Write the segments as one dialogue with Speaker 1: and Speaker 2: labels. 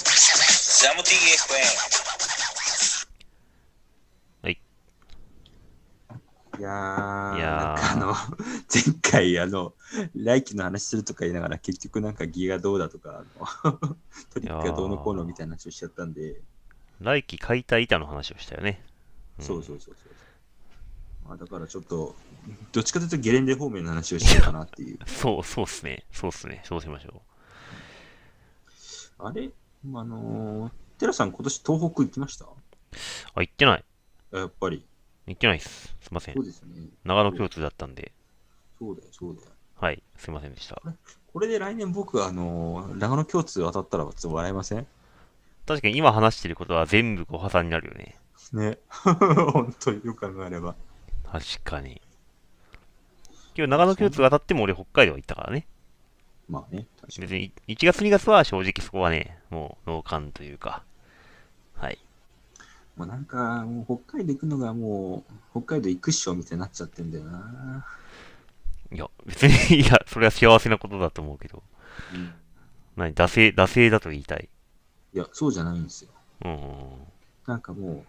Speaker 1: ジャムティー
Speaker 2: いやー、
Speaker 3: いやー
Speaker 2: なんかあの、 前回、あの、来期の話するとか言いながら、結局なんかギがどうだとか、あの トリックがどうのこうのみたいな話をしちゃったんで、
Speaker 3: 来期解体板の話をしたよね。ん
Speaker 2: そうそうそうそう。まあ、だからちょっと、どっちかというとゲレンデ方面の話をしようかなっていう。
Speaker 3: そう、そうっすね。そうっすね。そうしましょ
Speaker 2: あれあのー、テラさん、今年東北行きました
Speaker 3: う。あ、行ってない。
Speaker 2: あやっぱり。
Speaker 3: 行ってないっす。すいません
Speaker 2: そ。うですね。
Speaker 3: 長野共通だったんで。
Speaker 2: そうだよ、そうだよ。
Speaker 3: はい。すいませんでした。
Speaker 2: これで来年僕、あのー、長野共通当たったらちょっと笑えません
Speaker 3: 確かに今話してることは全部ご破算になるよね。
Speaker 2: ね。 本当によく考えれば。
Speaker 3: 確かに。今日長野共通が当たっても俺北海道は行ったからね。
Speaker 2: まあね、確かに。
Speaker 3: 別に1月2月は正直そこはね、もう農感というか。はい。
Speaker 2: もうなんか、もう北海道行くのがもう、北海道行くっしょみたいになっちゃってんだよな。
Speaker 3: いや、別に、 いや、それは幸せなことだと思うけど。
Speaker 2: うん
Speaker 3: 何惰性、惰性だと言いたい。
Speaker 2: いや、そうじゃないんですよ。
Speaker 3: うんうんうん。
Speaker 2: なんかもう、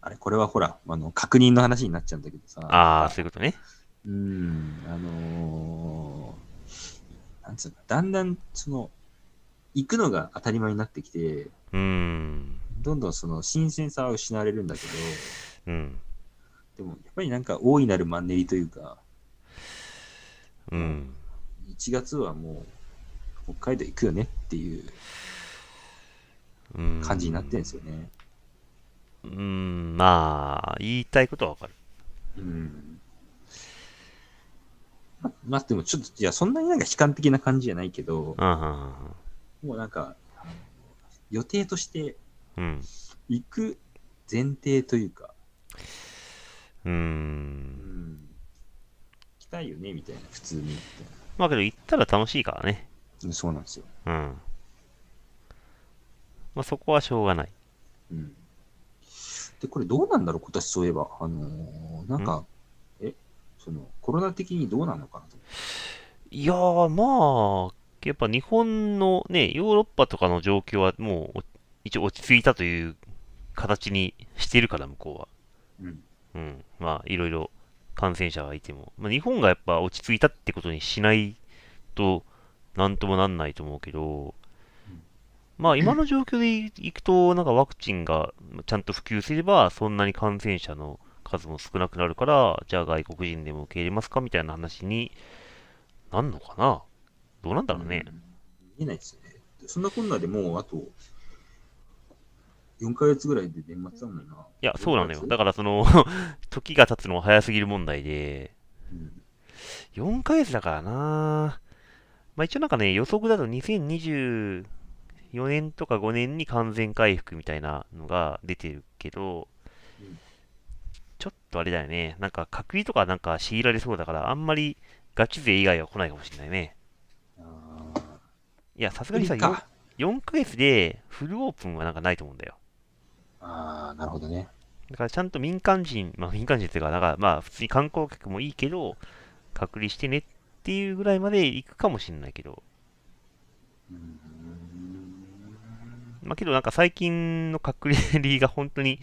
Speaker 2: あれ、これはほら、あの、確認の話になっちゃうんだけどさ。
Speaker 3: ああ、そういうことね。
Speaker 2: うん、あのー、なんつうの、だんだん、その、行くのが当たり前になってきて、
Speaker 3: うーん。
Speaker 2: どんどんその新鮮さは失われるんだけど、
Speaker 3: うん。
Speaker 2: でもやっぱりなんか大いなるマンネリというか、
Speaker 3: うん。
Speaker 2: 1月はもう北海道行くよねっていう
Speaker 3: うん
Speaker 2: 感じになってるんですよね。
Speaker 3: うーん、まあ、言いたいことはわかる。
Speaker 2: うん。ままあでもちょっと、いや、そんなになんか悲観的な感じじゃないけど、
Speaker 3: うんうん
Speaker 2: もうなんか、あの予定として
Speaker 3: うん
Speaker 2: 行く前提というか、
Speaker 3: うん。うー。
Speaker 2: うんん、行きたいよねみたいな、普通にみたい
Speaker 3: まあけど、行ったら楽しいからね。
Speaker 2: なうん。そうなんですよ。
Speaker 3: うん。まあそこはしょうがない。
Speaker 2: うん。で、これどうなんだろう、今年そういえば。あのーなんか、え、その、コロナ的にどうなのかなと思って。
Speaker 3: いやー、まあ、やっぱ日本のね、ヨーロッパとかの状況はもう、お一応落ち着いたという形にしてるから、向こうは。
Speaker 2: うん。
Speaker 3: うん、まあ、いろいろ感染者がいても、まあ、日本がやっぱ落ち着いたってことにしないと、なんともなんないと思うけど
Speaker 2: うん、
Speaker 3: まあ、今の状況でいくと、なんかワクチンがちゃんと普及すれば、そんなに感染者の数も少なくなるから、じゃあ外国人でも受け入れますかみたいな話になんのかなどうなんだろうね。
Speaker 2: ん見えないですよね。でそんなこんなでもう、あと、4ヶ月ぐらいで年末だもんな。
Speaker 3: いや、そうなのよ。だ
Speaker 2: か
Speaker 3: から、その、 時が経つのが早すぎる問題で、
Speaker 2: ら、うん
Speaker 3: 4ヶ月だからなまあ一応なんかね、予測だと2024年とか5年に完全回復みたいなのが出てるけど
Speaker 2: うん、
Speaker 3: ちょっとあれだよね。なんか隔離とかなんか強いられそうだから、あんまりガチ勢以外は来ないかもしれないね。
Speaker 2: あ
Speaker 3: いや、さす
Speaker 2: ー
Speaker 3: がにさ、
Speaker 2: いいか
Speaker 3: 4, ヶ月でフルオープンはなんかないと思うんだよ。
Speaker 2: ああ、なるほどね。
Speaker 3: だからちゃんと民間人、まあ民間人っていうか、なんかまあ普通に観光客もいいけど、隔離してねっていうぐらいまで行くかもしれないけど、
Speaker 2: うーん
Speaker 3: まあけどなんか最近の隔離が本当に、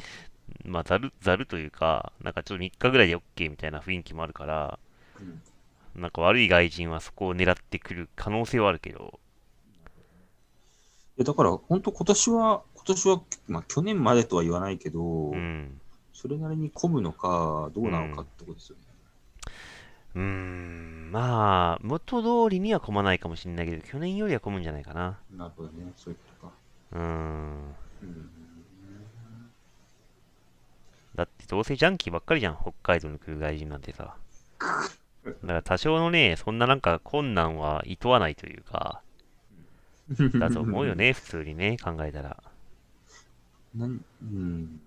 Speaker 3: まあざる、ざるというか、なんかちょっと3日ぐらいで OK みたいな雰囲気もあるから、
Speaker 2: うん
Speaker 3: なんか悪い外人はそこを狙ってくる可能性はあるけど、
Speaker 2: いやだから、本当今年は、今年は、まあ、去年までとは言わないけど、
Speaker 3: うん。
Speaker 2: それなりに混むのか、どうなのかってことですよね。
Speaker 3: うーん、まあ、元通りには混まないかもしれないけど、去年よりは混むんじゃないかな。
Speaker 2: なるほどね、そういうことか。
Speaker 3: うーん。
Speaker 2: うん。
Speaker 3: だってどうせジャンキーばっかりじゃん、北海道に来る外人なんてさ。だから多少のね、そんななんか困難は厭わないというか、だと思うよ。 ね、普通にね、考えたら。
Speaker 2: なんうん、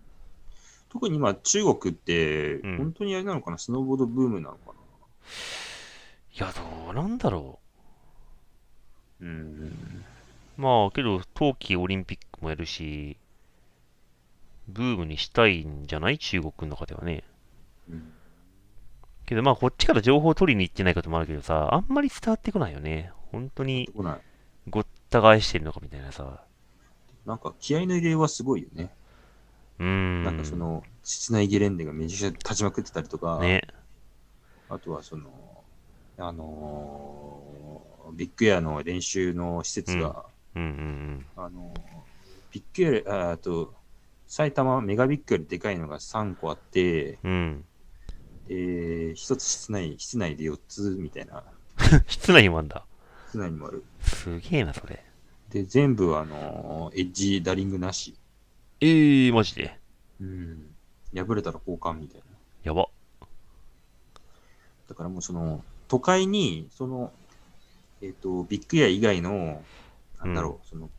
Speaker 2: 特に今、中国って、
Speaker 3: うん
Speaker 2: 本当にあれなのかな、スノーボードブームなのか
Speaker 3: いや、どうなんだろ
Speaker 2: な。うん。
Speaker 3: う。まあ、けど、冬季オリンピックもやるし、ブームにしたいんじゃない中国の中ではね。
Speaker 2: うん、
Speaker 3: けど、まあ、こっちから情報を取りに行ってないこともあるけどさ、あんまり伝わってこないよね。本当に、
Speaker 2: 来ない。
Speaker 3: ごっ従いしてるのかみたいなさ。
Speaker 2: なんか気合の入れようはすごいよね。
Speaker 3: うーん。
Speaker 2: なんかその、室内ゲレンデがめちゃくちゃ立ちまくってたりとか、
Speaker 3: ね。
Speaker 2: あとはその、あのービッグエアの練習の施設が、
Speaker 3: うんうん
Speaker 2: あのービッグエア、ああと、埼玉メガビッグよりでかいのが3個あって、
Speaker 3: うん。うん。
Speaker 2: えー、1つ室内、室内で4つみたいな、
Speaker 3: 室内にもあんだ。
Speaker 2: 室内にもある。
Speaker 3: すげえな、それ。
Speaker 2: で、全部あのーエッジ、ダリングなし。
Speaker 3: えー、マジで。
Speaker 2: うん。破れたら交換みたいな。
Speaker 3: やば。
Speaker 2: だからもうその、都会に、その、えっ、と、ビッグエア以外の、なんだろう、その、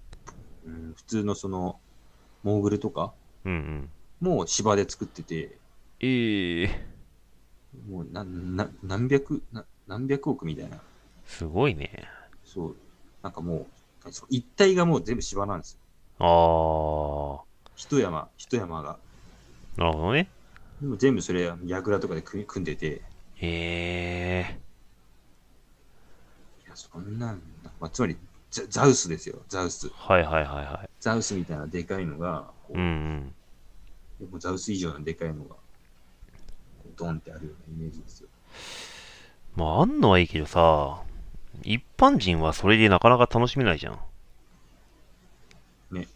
Speaker 2: うん、普通のその、モーグルとか
Speaker 3: うんうん。
Speaker 2: も芝で作ってて、
Speaker 3: えー、
Speaker 2: もうな、な、何百、な何百億みたいな。
Speaker 3: すごいね。
Speaker 2: そう。なんかもう、そう一帯がもう全部芝なんです
Speaker 3: あ
Speaker 2: よ。
Speaker 3: ー、
Speaker 2: 一山、一山が。
Speaker 3: なるほどね。
Speaker 2: でも全部それ、櫓とかで組み組んでて、
Speaker 3: えー、
Speaker 2: いや、そんなん、まあ、つまりザ、ザウスですよ、ザウス。
Speaker 3: はいはいはいはい。
Speaker 2: ザウスみたいなでかいのが、こう
Speaker 3: うんうん。
Speaker 2: でもザウス以上のでかいのが、こうドンってあるようなイメージですよ。
Speaker 3: まあ、あんのはいいけどさ、一般人はそれでなかなか楽しめないじゃん。
Speaker 2: ね。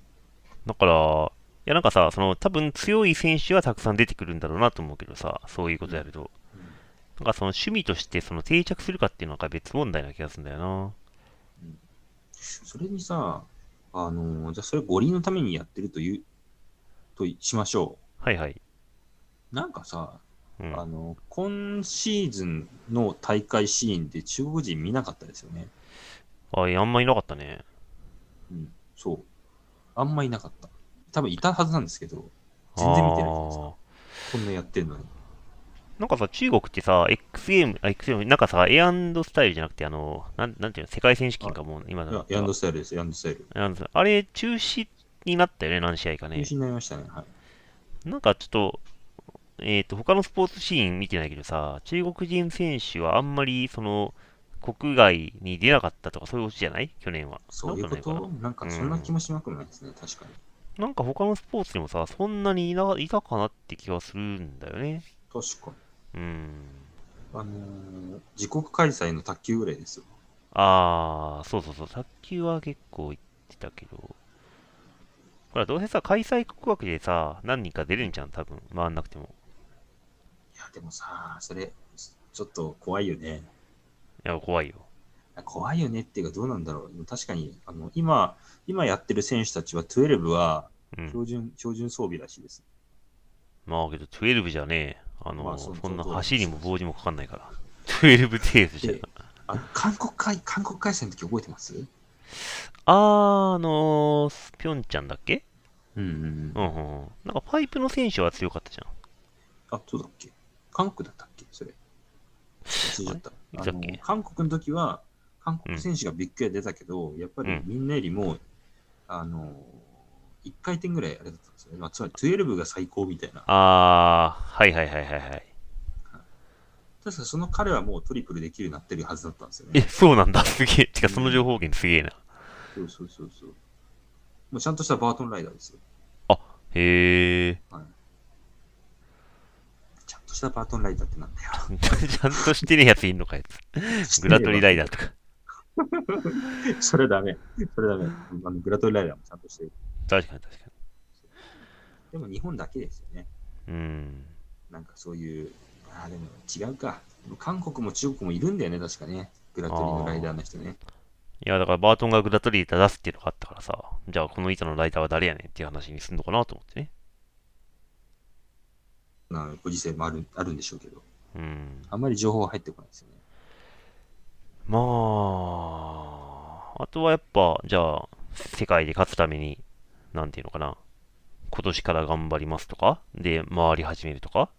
Speaker 3: だから、いやなんかさ、その多分強い選手はたくさん出てくるんだろうなと思うけどさ、そういうことやると。なんかその趣味としてその定着するかっていうのが別問題な気がするんだよな。
Speaker 2: それにさ、あのーじゃあそれ五輪のためにやってるという、といしましょ
Speaker 3: はいはい。
Speaker 2: う。なんかさ、
Speaker 3: うん、
Speaker 2: あのー今シーズンの大会シーンで中国人見なかったですよね。
Speaker 3: あ、いやあんまいなかったね。
Speaker 2: うん、そう。あんまいなかった。多分いたはずなんですけど、全然見てないじゃないです
Speaker 3: あ
Speaker 2: か。こんなやってんのに。
Speaker 3: ーなんかさ、中国ってさ、X ゲーム、あ X ゲーム、なんかさ、エアンドスタイルじゃなくて、あの、なんなんていうの、世界選手権かもう、今
Speaker 2: い
Speaker 3: だ
Speaker 2: やヤンドスタイルです、ヤンドスタイル。
Speaker 3: なんですあれ、中止になったよね、何試合か
Speaker 2: 中
Speaker 3: ね。
Speaker 2: 止になりましたね。はい。
Speaker 3: なんかちょっと、えっ、と、他のスポーツシーン見てないけどさ、中国人選手はあんまり、その、国外に出なかったとか、そういうオチじゃない去年は。
Speaker 2: そういう
Speaker 3: なん
Speaker 2: こ
Speaker 3: かないか
Speaker 2: となんかそんな気もしなくもないですね、確かに。
Speaker 3: ななんか他のスポーツでもさ、そんなにいないたかなって気がするんだよね。
Speaker 2: 確かに。
Speaker 3: うん。
Speaker 2: あのー自国開催の卓球ぐらいですよ。
Speaker 3: あー、そうそうそう、卓球は結構行ってたけど。ほら、どうせさ、開催国枠でさ、何人か出るんじゃん、多分。回んなくても。
Speaker 2: いや、でもさ、それ、ちょっと怖いよね。
Speaker 3: いや、怖いよ。
Speaker 2: 怖いよねっていうか、どうなんだろう。でも確かに、あの、今、今やってる選手たちは、12は
Speaker 3: うん。
Speaker 2: 標準、標準装備らしいです。
Speaker 3: まあけど、12じゃねえ。あの、
Speaker 2: まあそ
Speaker 3: そ
Speaker 2: うん
Speaker 3: な
Speaker 2: そうそう
Speaker 3: 走りも棒にもかかんないから。12テースじゃん
Speaker 2: で。、あの韓国会、韓国開催の時覚えてます
Speaker 3: あー、あのー、ピョンちゃんだっけ
Speaker 2: うんうんうん
Speaker 3: う。んうんうん。なんかパイプの選手は強かったじゃん。
Speaker 2: あ、そうだっけ韓国だったっけそれ。忘れちゃった。
Speaker 3: あ
Speaker 2: あ
Speaker 3: れいつだっ
Speaker 2: の
Speaker 3: け
Speaker 2: 韓国の時は、韓国選手がビッグエア出たけど、やっぱりみんなよりも、あの、1回転ぐらいあれだったんですよね。まあ、つまり12が最高みたいな。
Speaker 3: あー、はいはいはいはいはい。
Speaker 2: 確かその彼はもうトリプルできるようになってるはずだったんですよ
Speaker 3: え、
Speaker 2: ね。
Speaker 3: そうなんだ。すげえ。てか、その情報源すげえな。
Speaker 2: そうそうそうそう。もうちゃんとしたバートンライダーですよ。
Speaker 3: へえ。
Speaker 2: ちゃんとしたバートンライダーってなんだよ。
Speaker 3: ちゃんとしてねえやついんのかやつ。グラトリライダーとか。
Speaker 2: それダメ。それダメ。あのグラトリライダーもちゃんとしてる。
Speaker 3: 確かに確か
Speaker 2: でも日本だけですよね。
Speaker 3: に。うん。
Speaker 2: なんかそういう、ああ、でも違うか。でも韓国も中国もいるんだよね、確かね。グラトリのライダーの人ね。
Speaker 3: いや、だからバートンがグラトリータ出すっていうのがあったからさ、じゃあこの板のライターは誰やねんっていう話にすんのかなと思ってね。
Speaker 2: なご時世もあるあるんでしょうけど、
Speaker 3: うん。
Speaker 2: あんまり情報は入ってこないですよね。
Speaker 3: まあ、あとはやっぱ、じゃあ、世界で勝つために、なんていうのかな、今年から頑張りますとか、で、回り始めるとか、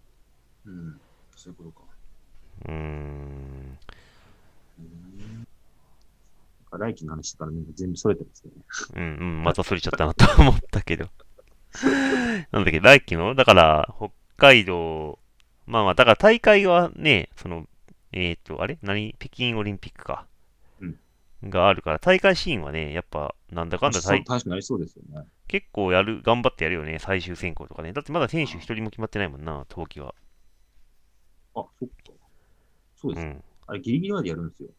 Speaker 2: うん、そういうことか。
Speaker 3: うーん、
Speaker 2: うん来期の話からなんか全部それてますね。
Speaker 3: うん、うん、またそれちゃったなと思ったけど。 なんだっけ、来季の、だから、北海道、まあまあ、だから大会はね、その、えっ、と、あれ何北京オリンピックか。
Speaker 2: うん
Speaker 3: があるから、大会シーンはね、やっぱ、なんだかんだ大、
Speaker 2: 楽しくなりそうですよね。
Speaker 3: 結構やる、頑張ってやるよね、最終選考とかね。だってまだ選手一人も決まってないもんな、冬季は。
Speaker 2: あ、そっか。そう
Speaker 3: う
Speaker 2: です。
Speaker 3: ん。
Speaker 2: あれ、ギリギリまでやるんですよ。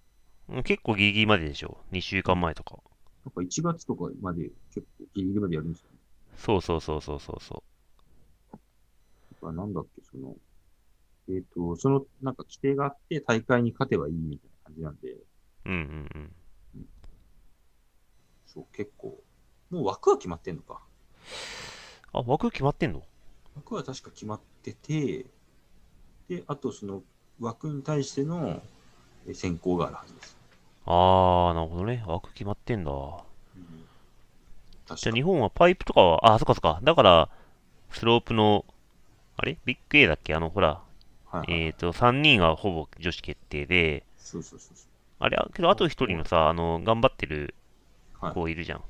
Speaker 3: 結構ギリギリまででしょ。2週間前とか。
Speaker 2: なんか1月とかまで結構ギリギリまでやるんですよ、ね。
Speaker 3: そうそうそうそうそうそ
Speaker 2: だからなんだっけ、その、えっ、と、その、なんか規定があって大会に勝てばいいみたいな感じなんで、
Speaker 3: う。うんうんうん。
Speaker 2: そう、結構、もう枠は決まってんのか。
Speaker 3: あ、枠決まってんの
Speaker 2: 枠は確か決まってて、で、あとその枠に対してのえー選考があるはずです。
Speaker 3: あー、なるほどね。枠決まってんだ。
Speaker 2: うん、
Speaker 3: じ
Speaker 2: 確
Speaker 3: ゃあ
Speaker 2: か
Speaker 3: 日本はパイプとかは、あ、そっかそっか。だから、スロープの、あれビッグ A だっけあの、ほら、
Speaker 2: はいはい、
Speaker 3: えっ、と、3人がほぼ女子決定で、
Speaker 2: そうそうそうそ
Speaker 3: あれ、あけどあと1人のさ、あの、頑張ってる
Speaker 2: う。はい。
Speaker 3: 子いるじゃん。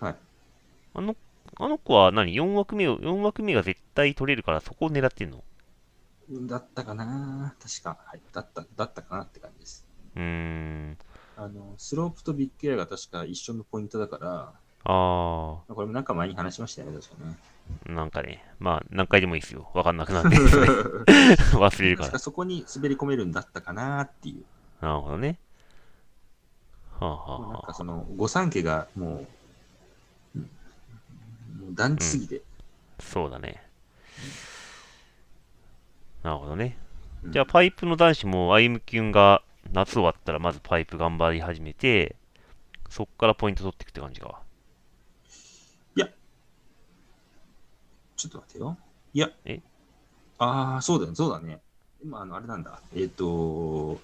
Speaker 2: はい、
Speaker 3: あの、あの子は何 ?4 枠目を、4枠目が絶対取れるから、そこを狙ってんの
Speaker 2: だったかな確か、はい。だった、だったかなって感じです。
Speaker 3: うーん。
Speaker 2: あの、スロープとビッグエアが確か一緒のポイントだから、
Speaker 3: あ
Speaker 2: これもなんか前に話しましたよね、確かね。
Speaker 3: ー、なんかね、まあ、何回でもいいですよ。わかんなくなって、それ忘れるから
Speaker 2: 確か。そこに滑り込めるんだったかなっていう。
Speaker 3: なるほどね。はあ、は
Speaker 2: もう
Speaker 3: あ
Speaker 2: なん
Speaker 3: は
Speaker 2: かその、御三家がもう、うんもう団地すぎて。
Speaker 3: あ、そうだね。なるほどね。
Speaker 2: うん
Speaker 3: じゃあ、パイプの男子も、歩夢君が夏終わったら、まずパイプ頑張り始めて、そっからポイント取っていくって感じか。
Speaker 2: ちょっと待ってよ。いや。
Speaker 3: え
Speaker 2: ああ、そうだね、そうだね。今、あの、あれなんだ。えっ、と、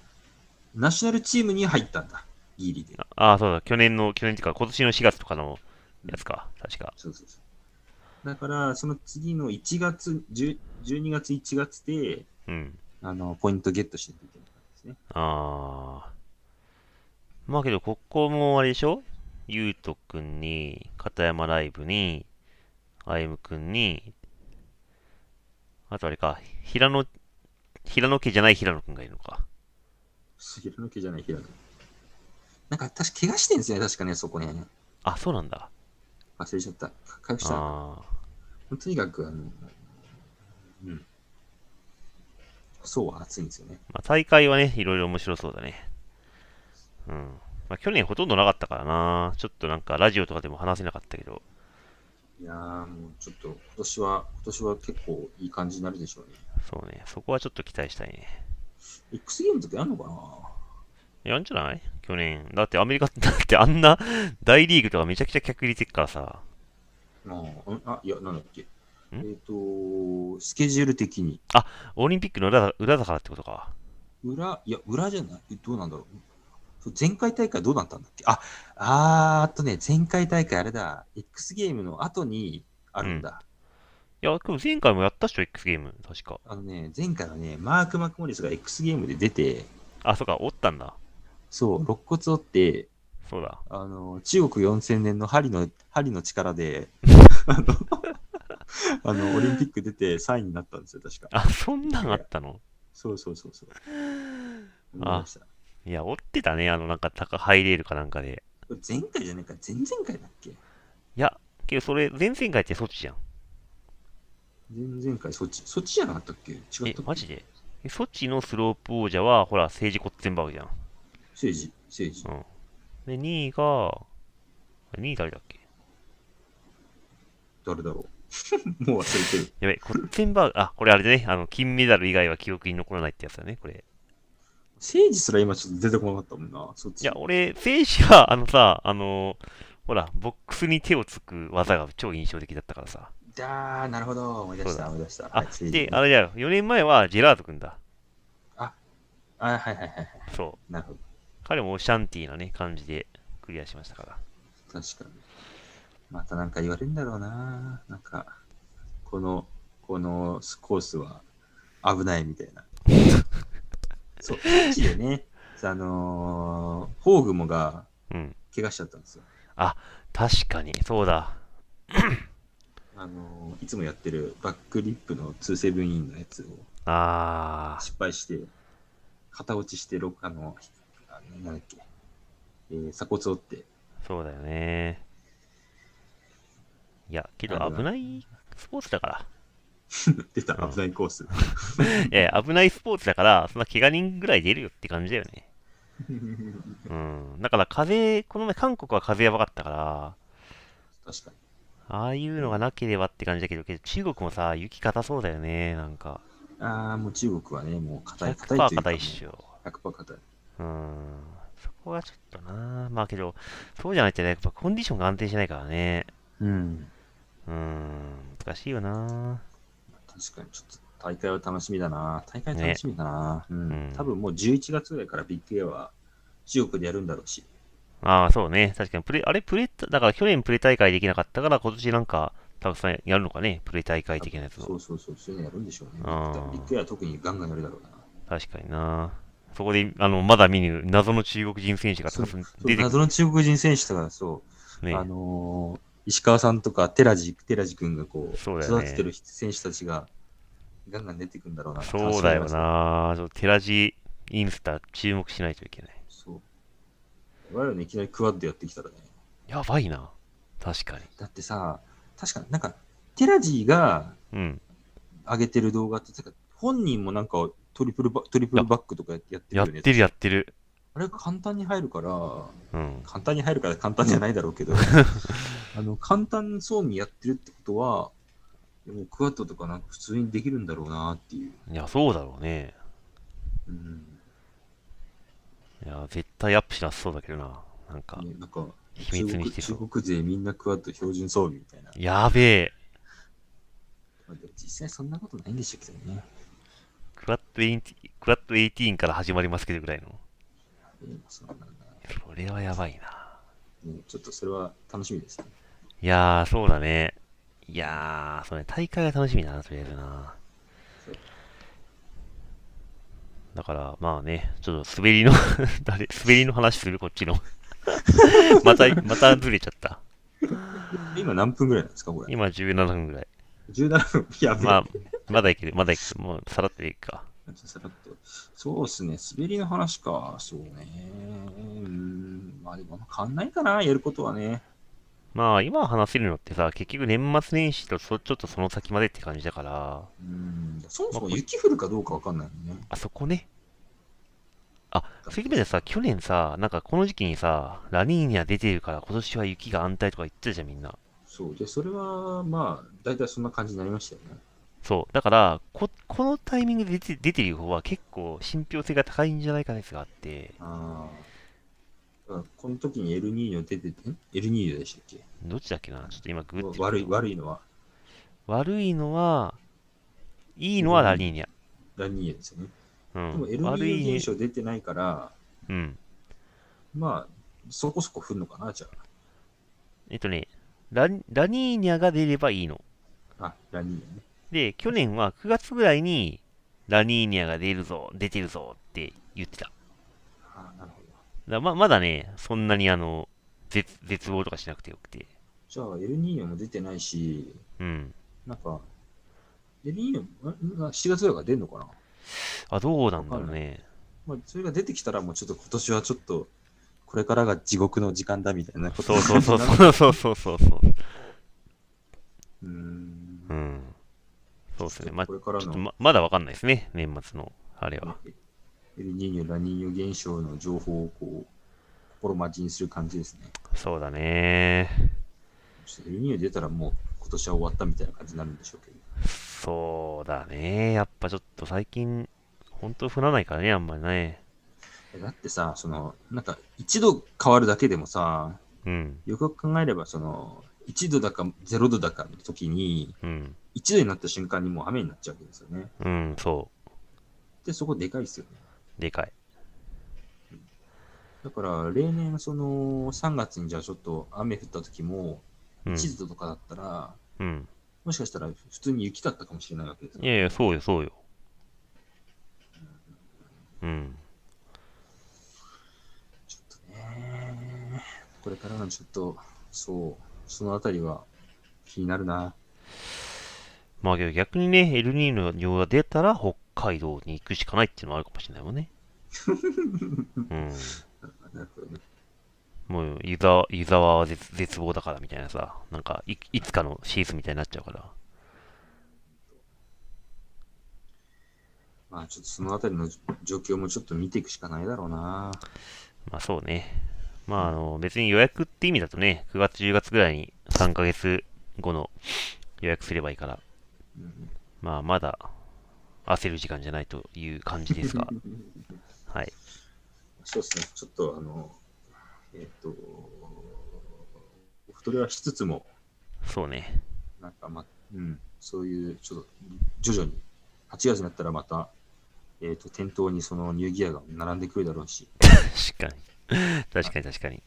Speaker 2: ナショナルチームに入ったんだ。ギリで。
Speaker 3: ああ、そうだ、去年の、去年っていうか、今年の4月とかのやつか、確か。
Speaker 2: そうそうそう。だから、その次の1月、10 12月、1月で、
Speaker 3: うん。
Speaker 2: あの、ポイントゲットしないといけないんですね。
Speaker 3: ああ。まあけど、ここもあれでしょゆうとくんに、片山ライブに、あゆむくんに、あとあれか、平野、平野家じゃない平野くんがいるのか。
Speaker 2: 平野家じゃない、平野。なんか、確か怪我してんですよね、確かね、そこね。
Speaker 3: あ、そうなんだ。
Speaker 2: 忘れちゃった。回復したのか
Speaker 3: あ
Speaker 2: とにかく、あの、うん。そうは暑いんですよね。
Speaker 3: ーまあ、大会はね、いろいろ面白そうだね。うん。まあ、去年ほとんどなかったからな。ちょっとなんか、ラジオとかでも話せなかったけど。
Speaker 2: いやーもうちょっと今年は、今年は結構いい感じになるでしょうね。
Speaker 3: そうね。そこはちょっと期待したいね。
Speaker 2: X ゲームとかやんのかな
Speaker 3: やんじゃない去年。だってアメリカ、だってあんな 大リーグとかめちゃくちゃ客入れてっからさ。
Speaker 2: あーあ、いや、なんだっけ。えっ、と、スケジュール的に。
Speaker 3: オリンピックの裏裏だからってことか。
Speaker 2: 裏、いや、裏じゃないえどうなんだろう。そう前回大会どうなったんだっけあ、あーあとね、前回大会あれだ。X ゲームの後にあるんだ。
Speaker 3: いや、でも前回もやったっしょ、X ゲーム。確か。
Speaker 2: あのね、前回はね、マーク・マクモリスが X ゲームで出て、
Speaker 3: あ、そうか、おったんだ。
Speaker 2: そう、肋骨折って、
Speaker 3: そうだ。
Speaker 2: あの、中国4000年の針の、針の 力で、あの、あのオリンピック出て3位になったんですよ、確か。
Speaker 3: あ、そんなんあったの
Speaker 2: そうそうそうそう。思い
Speaker 3: あ
Speaker 2: ました。こ
Speaker 3: いや、おってたね。あの、なんか、高ハイレールかなんかで。
Speaker 2: れ前回じゃないか、前々回だっけ
Speaker 3: いや、けどそれ、前々回ってそっちじゃん。
Speaker 2: 前々回、そっち、そっちじゃなかったっけ違ったっけ
Speaker 3: え、マジでえソチのスロープ王者は、ほら、政治コッツェンバーグじゃん。
Speaker 2: 政治、政治。
Speaker 3: で、2位が、2位誰だっけ
Speaker 2: 誰だろう。 もう忘れてる。
Speaker 3: やべ、コッツェンバーグ、あ、これあれでね、あの、金メダル以外は記憶に残らないってやつだね、これ。
Speaker 2: 政治すら今ちょっと出てこなかったもんな、そっち。
Speaker 3: いや、俺、選手は、あのさ、あの、ほら、ボックスに手をつく技が超印象的だったからさ。
Speaker 2: だー、なるほど、思い出し
Speaker 3: そう
Speaker 2: た、
Speaker 3: だ
Speaker 2: 思い出した。
Speaker 3: あ
Speaker 2: はい、、政
Speaker 3: で
Speaker 2: 治、
Speaker 3: あれだよ、4年前はジェラード君だ。
Speaker 2: あ、はいはいはいはい。
Speaker 3: そ
Speaker 2: なるほど。
Speaker 3: う。彼もシャンティなね、感じでクリアしましたから。
Speaker 2: 確かに。またなんか言われるんだろうな。なんか、この、このコースは危ないみたいな。そう、こっちでね、あのー、ホーグモが
Speaker 3: うん。
Speaker 2: 怪我しちゃったんですよ。
Speaker 3: 確かに、そうだ。
Speaker 2: あのーいつもやってるバックリップの2セブンインのやつを
Speaker 3: あー、
Speaker 2: 失敗して、片落ちして、ろあの、あのなんだっけ、えー鎖骨折って、
Speaker 3: そうだよね。いや、けど危ないスポーツだから。
Speaker 2: 出た、危ないコース。
Speaker 3: いやいや危ないスポーツだから、そんな怪我人ぐらい出るよって感じだよね。うん。だから風、この前韓国は風やばかったから、
Speaker 2: 確かに。
Speaker 3: ああいうのがなければって感じだけど、けど中国もさ、雪硬そうだよね、なんか。
Speaker 2: ああ、もう中国はね、もう硬い、硬
Speaker 3: 100%
Speaker 2: いというか
Speaker 3: 硬
Speaker 2: も
Speaker 3: いうっしょ。
Speaker 2: 100%硬い。
Speaker 3: うん。そこはちょっとなまあけど、そうじゃないとね、やっぱコンディションが安定しないからね。
Speaker 2: うん。
Speaker 3: うん。難しいよな
Speaker 2: 確かに、ちょっと大会は楽しみだな。大会楽しみだな。う
Speaker 3: うん
Speaker 2: ん。多分もう11月ぐらいからビッグエアは中国でやるんだろうし。
Speaker 3: ああ、そうね。確かに、プレ、あれ、プレ、だから去年プレ大会できなかったから、今年なんか、たくさんやるのかね。プレ大会的なやつを
Speaker 2: そ。うそうそう、そういうのやるんでしょうね。ビ
Speaker 3: あー
Speaker 2: ッグエアは特にガンガンやるだろうな。
Speaker 3: 確かになそこで、あの、まだ見ぬ謎の中国人選手がたくさん
Speaker 2: そう
Speaker 3: 出てく
Speaker 2: 謎の中国人選手とか、そ
Speaker 3: る
Speaker 2: う、
Speaker 3: ね
Speaker 2: あ。のー石川さんとか寺地、寺地君がこう
Speaker 3: そうだよ
Speaker 2: 育
Speaker 3: ね
Speaker 2: ててる選手たちがガンガン出てくるんだろうな。
Speaker 3: そうだよ
Speaker 2: 楽しみだ。
Speaker 3: なちょっとテラジインスタ注目しないといけない。
Speaker 2: そう。我々ね、いきなりクワッドやってきたらね。
Speaker 3: やばいな確かに。
Speaker 2: だってさ、確かになんか、寺地が
Speaker 3: うん。
Speaker 2: 上げてる動画って、てか本人もなんかトリプルバトリプルバックとかややってる
Speaker 3: や
Speaker 2: よ
Speaker 3: っ
Speaker 2: ね。
Speaker 3: てるやってる。
Speaker 2: あれ簡単に入るから、
Speaker 3: うん。
Speaker 2: 簡単に入るから簡単じゃないだろうけ ど、あの簡単そうにやってるってことは、でもクワッドとかなんか普通にできるんだろうなっていう。
Speaker 3: いや、そうだろうね。
Speaker 2: うん、
Speaker 3: いや、絶対アップしなさそうだけどな。なんか、
Speaker 2: ねなんか
Speaker 3: 秘
Speaker 2: 中
Speaker 3: 密に
Speaker 2: 国
Speaker 3: してそ
Speaker 2: 中
Speaker 3: う。
Speaker 2: 国勢みんなクワッド標準装備みたいな。
Speaker 3: やべえ。
Speaker 2: まあでも実際そんなことないんでしょうけどね。
Speaker 3: クワッド18、クワッド18から始まりますけどぐらいの。
Speaker 2: えーそうなんだ
Speaker 3: それはやばいな
Speaker 2: ねちょっとそれは楽しみですね。
Speaker 3: いやー、そうだね。いやー、そうね、大会が楽しみだな、とりあえずな
Speaker 2: そう。
Speaker 3: だから、まあね、ちょっと滑りの、 誰、滑りの話する、こっちの。 また、またずれちゃった。
Speaker 2: 今何分ぐらいなんですかこれ。
Speaker 3: 今17分ぐらい。
Speaker 2: 17分。やべえ。
Speaker 3: まあ、まだいける、まだいける。もう、さらっていくか。
Speaker 2: さらっとそうですね、滑りの話か。そうね。うん。まあでも変わんないかな、やることはね。
Speaker 3: まあ、今話せるのってさ、結局年末年始とそ、ちょっとその先までって感じだから、
Speaker 2: うんそもそも雪降るかどうかわかんないもんね。
Speaker 3: あそこね。あ、そういう意味でさ、去年さ、なんかこの時期にさ、ラニーニャ出てるから今年は雪が安泰とか言ってたじゃん、みんな。
Speaker 2: そう。で、それは、まあ、大体そんな感じになりましたよね。
Speaker 3: そう。だから、こ、このタイミングで出て出てる方は結構信憑性が高いんじゃないかですがあって、
Speaker 2: ああ。だからこの時にエルニーニョ出てて、んエルニーニョでしたっけ
Speaker 3: どっちだっけなちょっと今ググってみる
Speaker 2: 悪い、悪いのは
Speaker 3: 悪いのは、いいのはラニーニャ。
Speaker 2: ラニーニョですよね。
Speaker 3: う
Speaker 2: でも、エル
Speaker 3: ん。
Speaker 2: ニ
Speaker 3: 悪
Speaker 2: ーニョ
Speaker 3: い
Speaker 2: 現、象出てないから、
Speaker 3: うん。
Speaker 2: まあ、そこそこ降るのかな、じゃ
Speaker 3: えっとね、ラニ、ラニーニャが出ればいいの。
Speaker 2: あ。あ、ラニーニョね。
Speaker 3: で、去年は9月ぐらいに、ラニーニャが出るぞ、出てるぞって言ってた。
Speaker 2: ああ、なるほど。
Speaker 3: だままだね、そんなにあの絶絶望とかしなくてよくて。
Speaker 2: じゃあ、エルニーニョも出てないし、
Speaker 3: うん。
Speaker 2: なんか、エルニーニョ、んんあ7月ぐらいから出るのかな
Speaker 3: あ、どうなんだろうね。
Speaker 2: まあ、それが出てきたら、もうちょっと今年はちょっと、これからが地獄の時間だみたい なこと
Speaker 3: そうそうそう
Speaker 2: う。
Speaker 3: そうそうそうそうそう。
Speaker 2: うーん
Speaker 3: う。ん。そうですね。ま、ち
Speaker 2: こ
Speaker 3: ょ
Speaker 2: れから
Speaker 3: っと
Speaker 2: の
Speaker 3: ままだわかんないですね。年末のあれは。
Speaker 2: エルニーニョ、ラニーニョ現象の情報をこう、心待ちにする感じですね。
Speaker 3: そうだね。
Speaker 2: ちょっとエルニーニョ出たらもう今年は終わったみたいな感じになるんでしょうけど。
Speaker 3: そうだね。やっぱちょっと最近、本当降らないからね、あんまりね。
Speaker 2: えだってさ、その、なんか一度変わるだけでもさ、
Speaker 3: うん。
Speaker 2: よくよく考えれば、その、1度だか0度だかの時に、
Speaker 3: うん。
Speaker 2: 1度になった瞬間にもう雨になっちゃうわけですよね。
Speaker 3: うん、そ
Speaker 2: で、そこでかいですよね。
Speaker 3: う。でかい。
Speaker 2: だから、例年、その、3月にじゃあちょっと雨降った時も、
Speaker 3: うん。
Speaker 2: 1度とかだったら、
Speaker 3: うん。
Speaker 2: もしかしたら普通に雪だったかもしれないわけですよ
Speaker 3: いやいや、そうよ、そうよ。うん。
Speaker 2: ちょっとね、これからのちょっと、そう、そのあたりは気になるな。
Speaker 3: まあけど逆にね、エルニーニョが出たら北海道に行くしかないっていうのはあるかもしれないもんね。うん。
Speaker 2: なるほどね。
Speaker 3: もう湯沢湯沢は絶絶望だからみたいなさ、なんかいいつかのシーズンみたいになっちゃうから。
Speaker 2: まあちょっとそのあたりの状況もちょっと見ていくしかないだろうな。
Speaker 3: まあそうね。まああの、別に予約って意味だとね、9月10月ぐらいに3ヶ月後の予約すればいいから、
Speaker 2: うん
Speaker 3: まあまだ焦る時間じゃないという感じですが、はい。
Speaker 2: そうですね、ちょっとあの、えっ、と、お太りはしつつも、
Speaker 3: そうね。
Speaker 2: なんかまあ、うん、そういう、ちょっと徐々に、8月になったらまた、えっ、と、店頭にそのニューギアが並んでくるだろうし、
Speaker 3: 確かに。確かに確かに。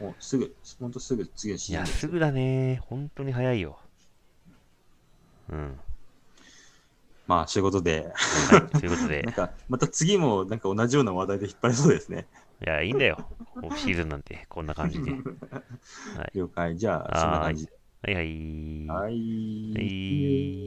Speaker 2: もうすぐ、ほんとすぐ次の
Speaker 3: い
Speaker 2: シーズン
Speaker 3: や、
Speaker 2: です
Speaker 3: すぐだね。本当に早いよ。うん。
Speaker 2: まあ、仕事で、
Speaker 3: はい。ということ で
Speaker 2: なん、か、また次もなんか同じような話題で引っ張りそうですね。
Speaker 3: いや、いいんだよ。オフシーズンなんて、こんな感じで。 はい
Speaker 2: 了解。じゃあ、そんな感じで。
Speaker 3: はいはい。
Speaker 2: はい。
Speaker 3: はい。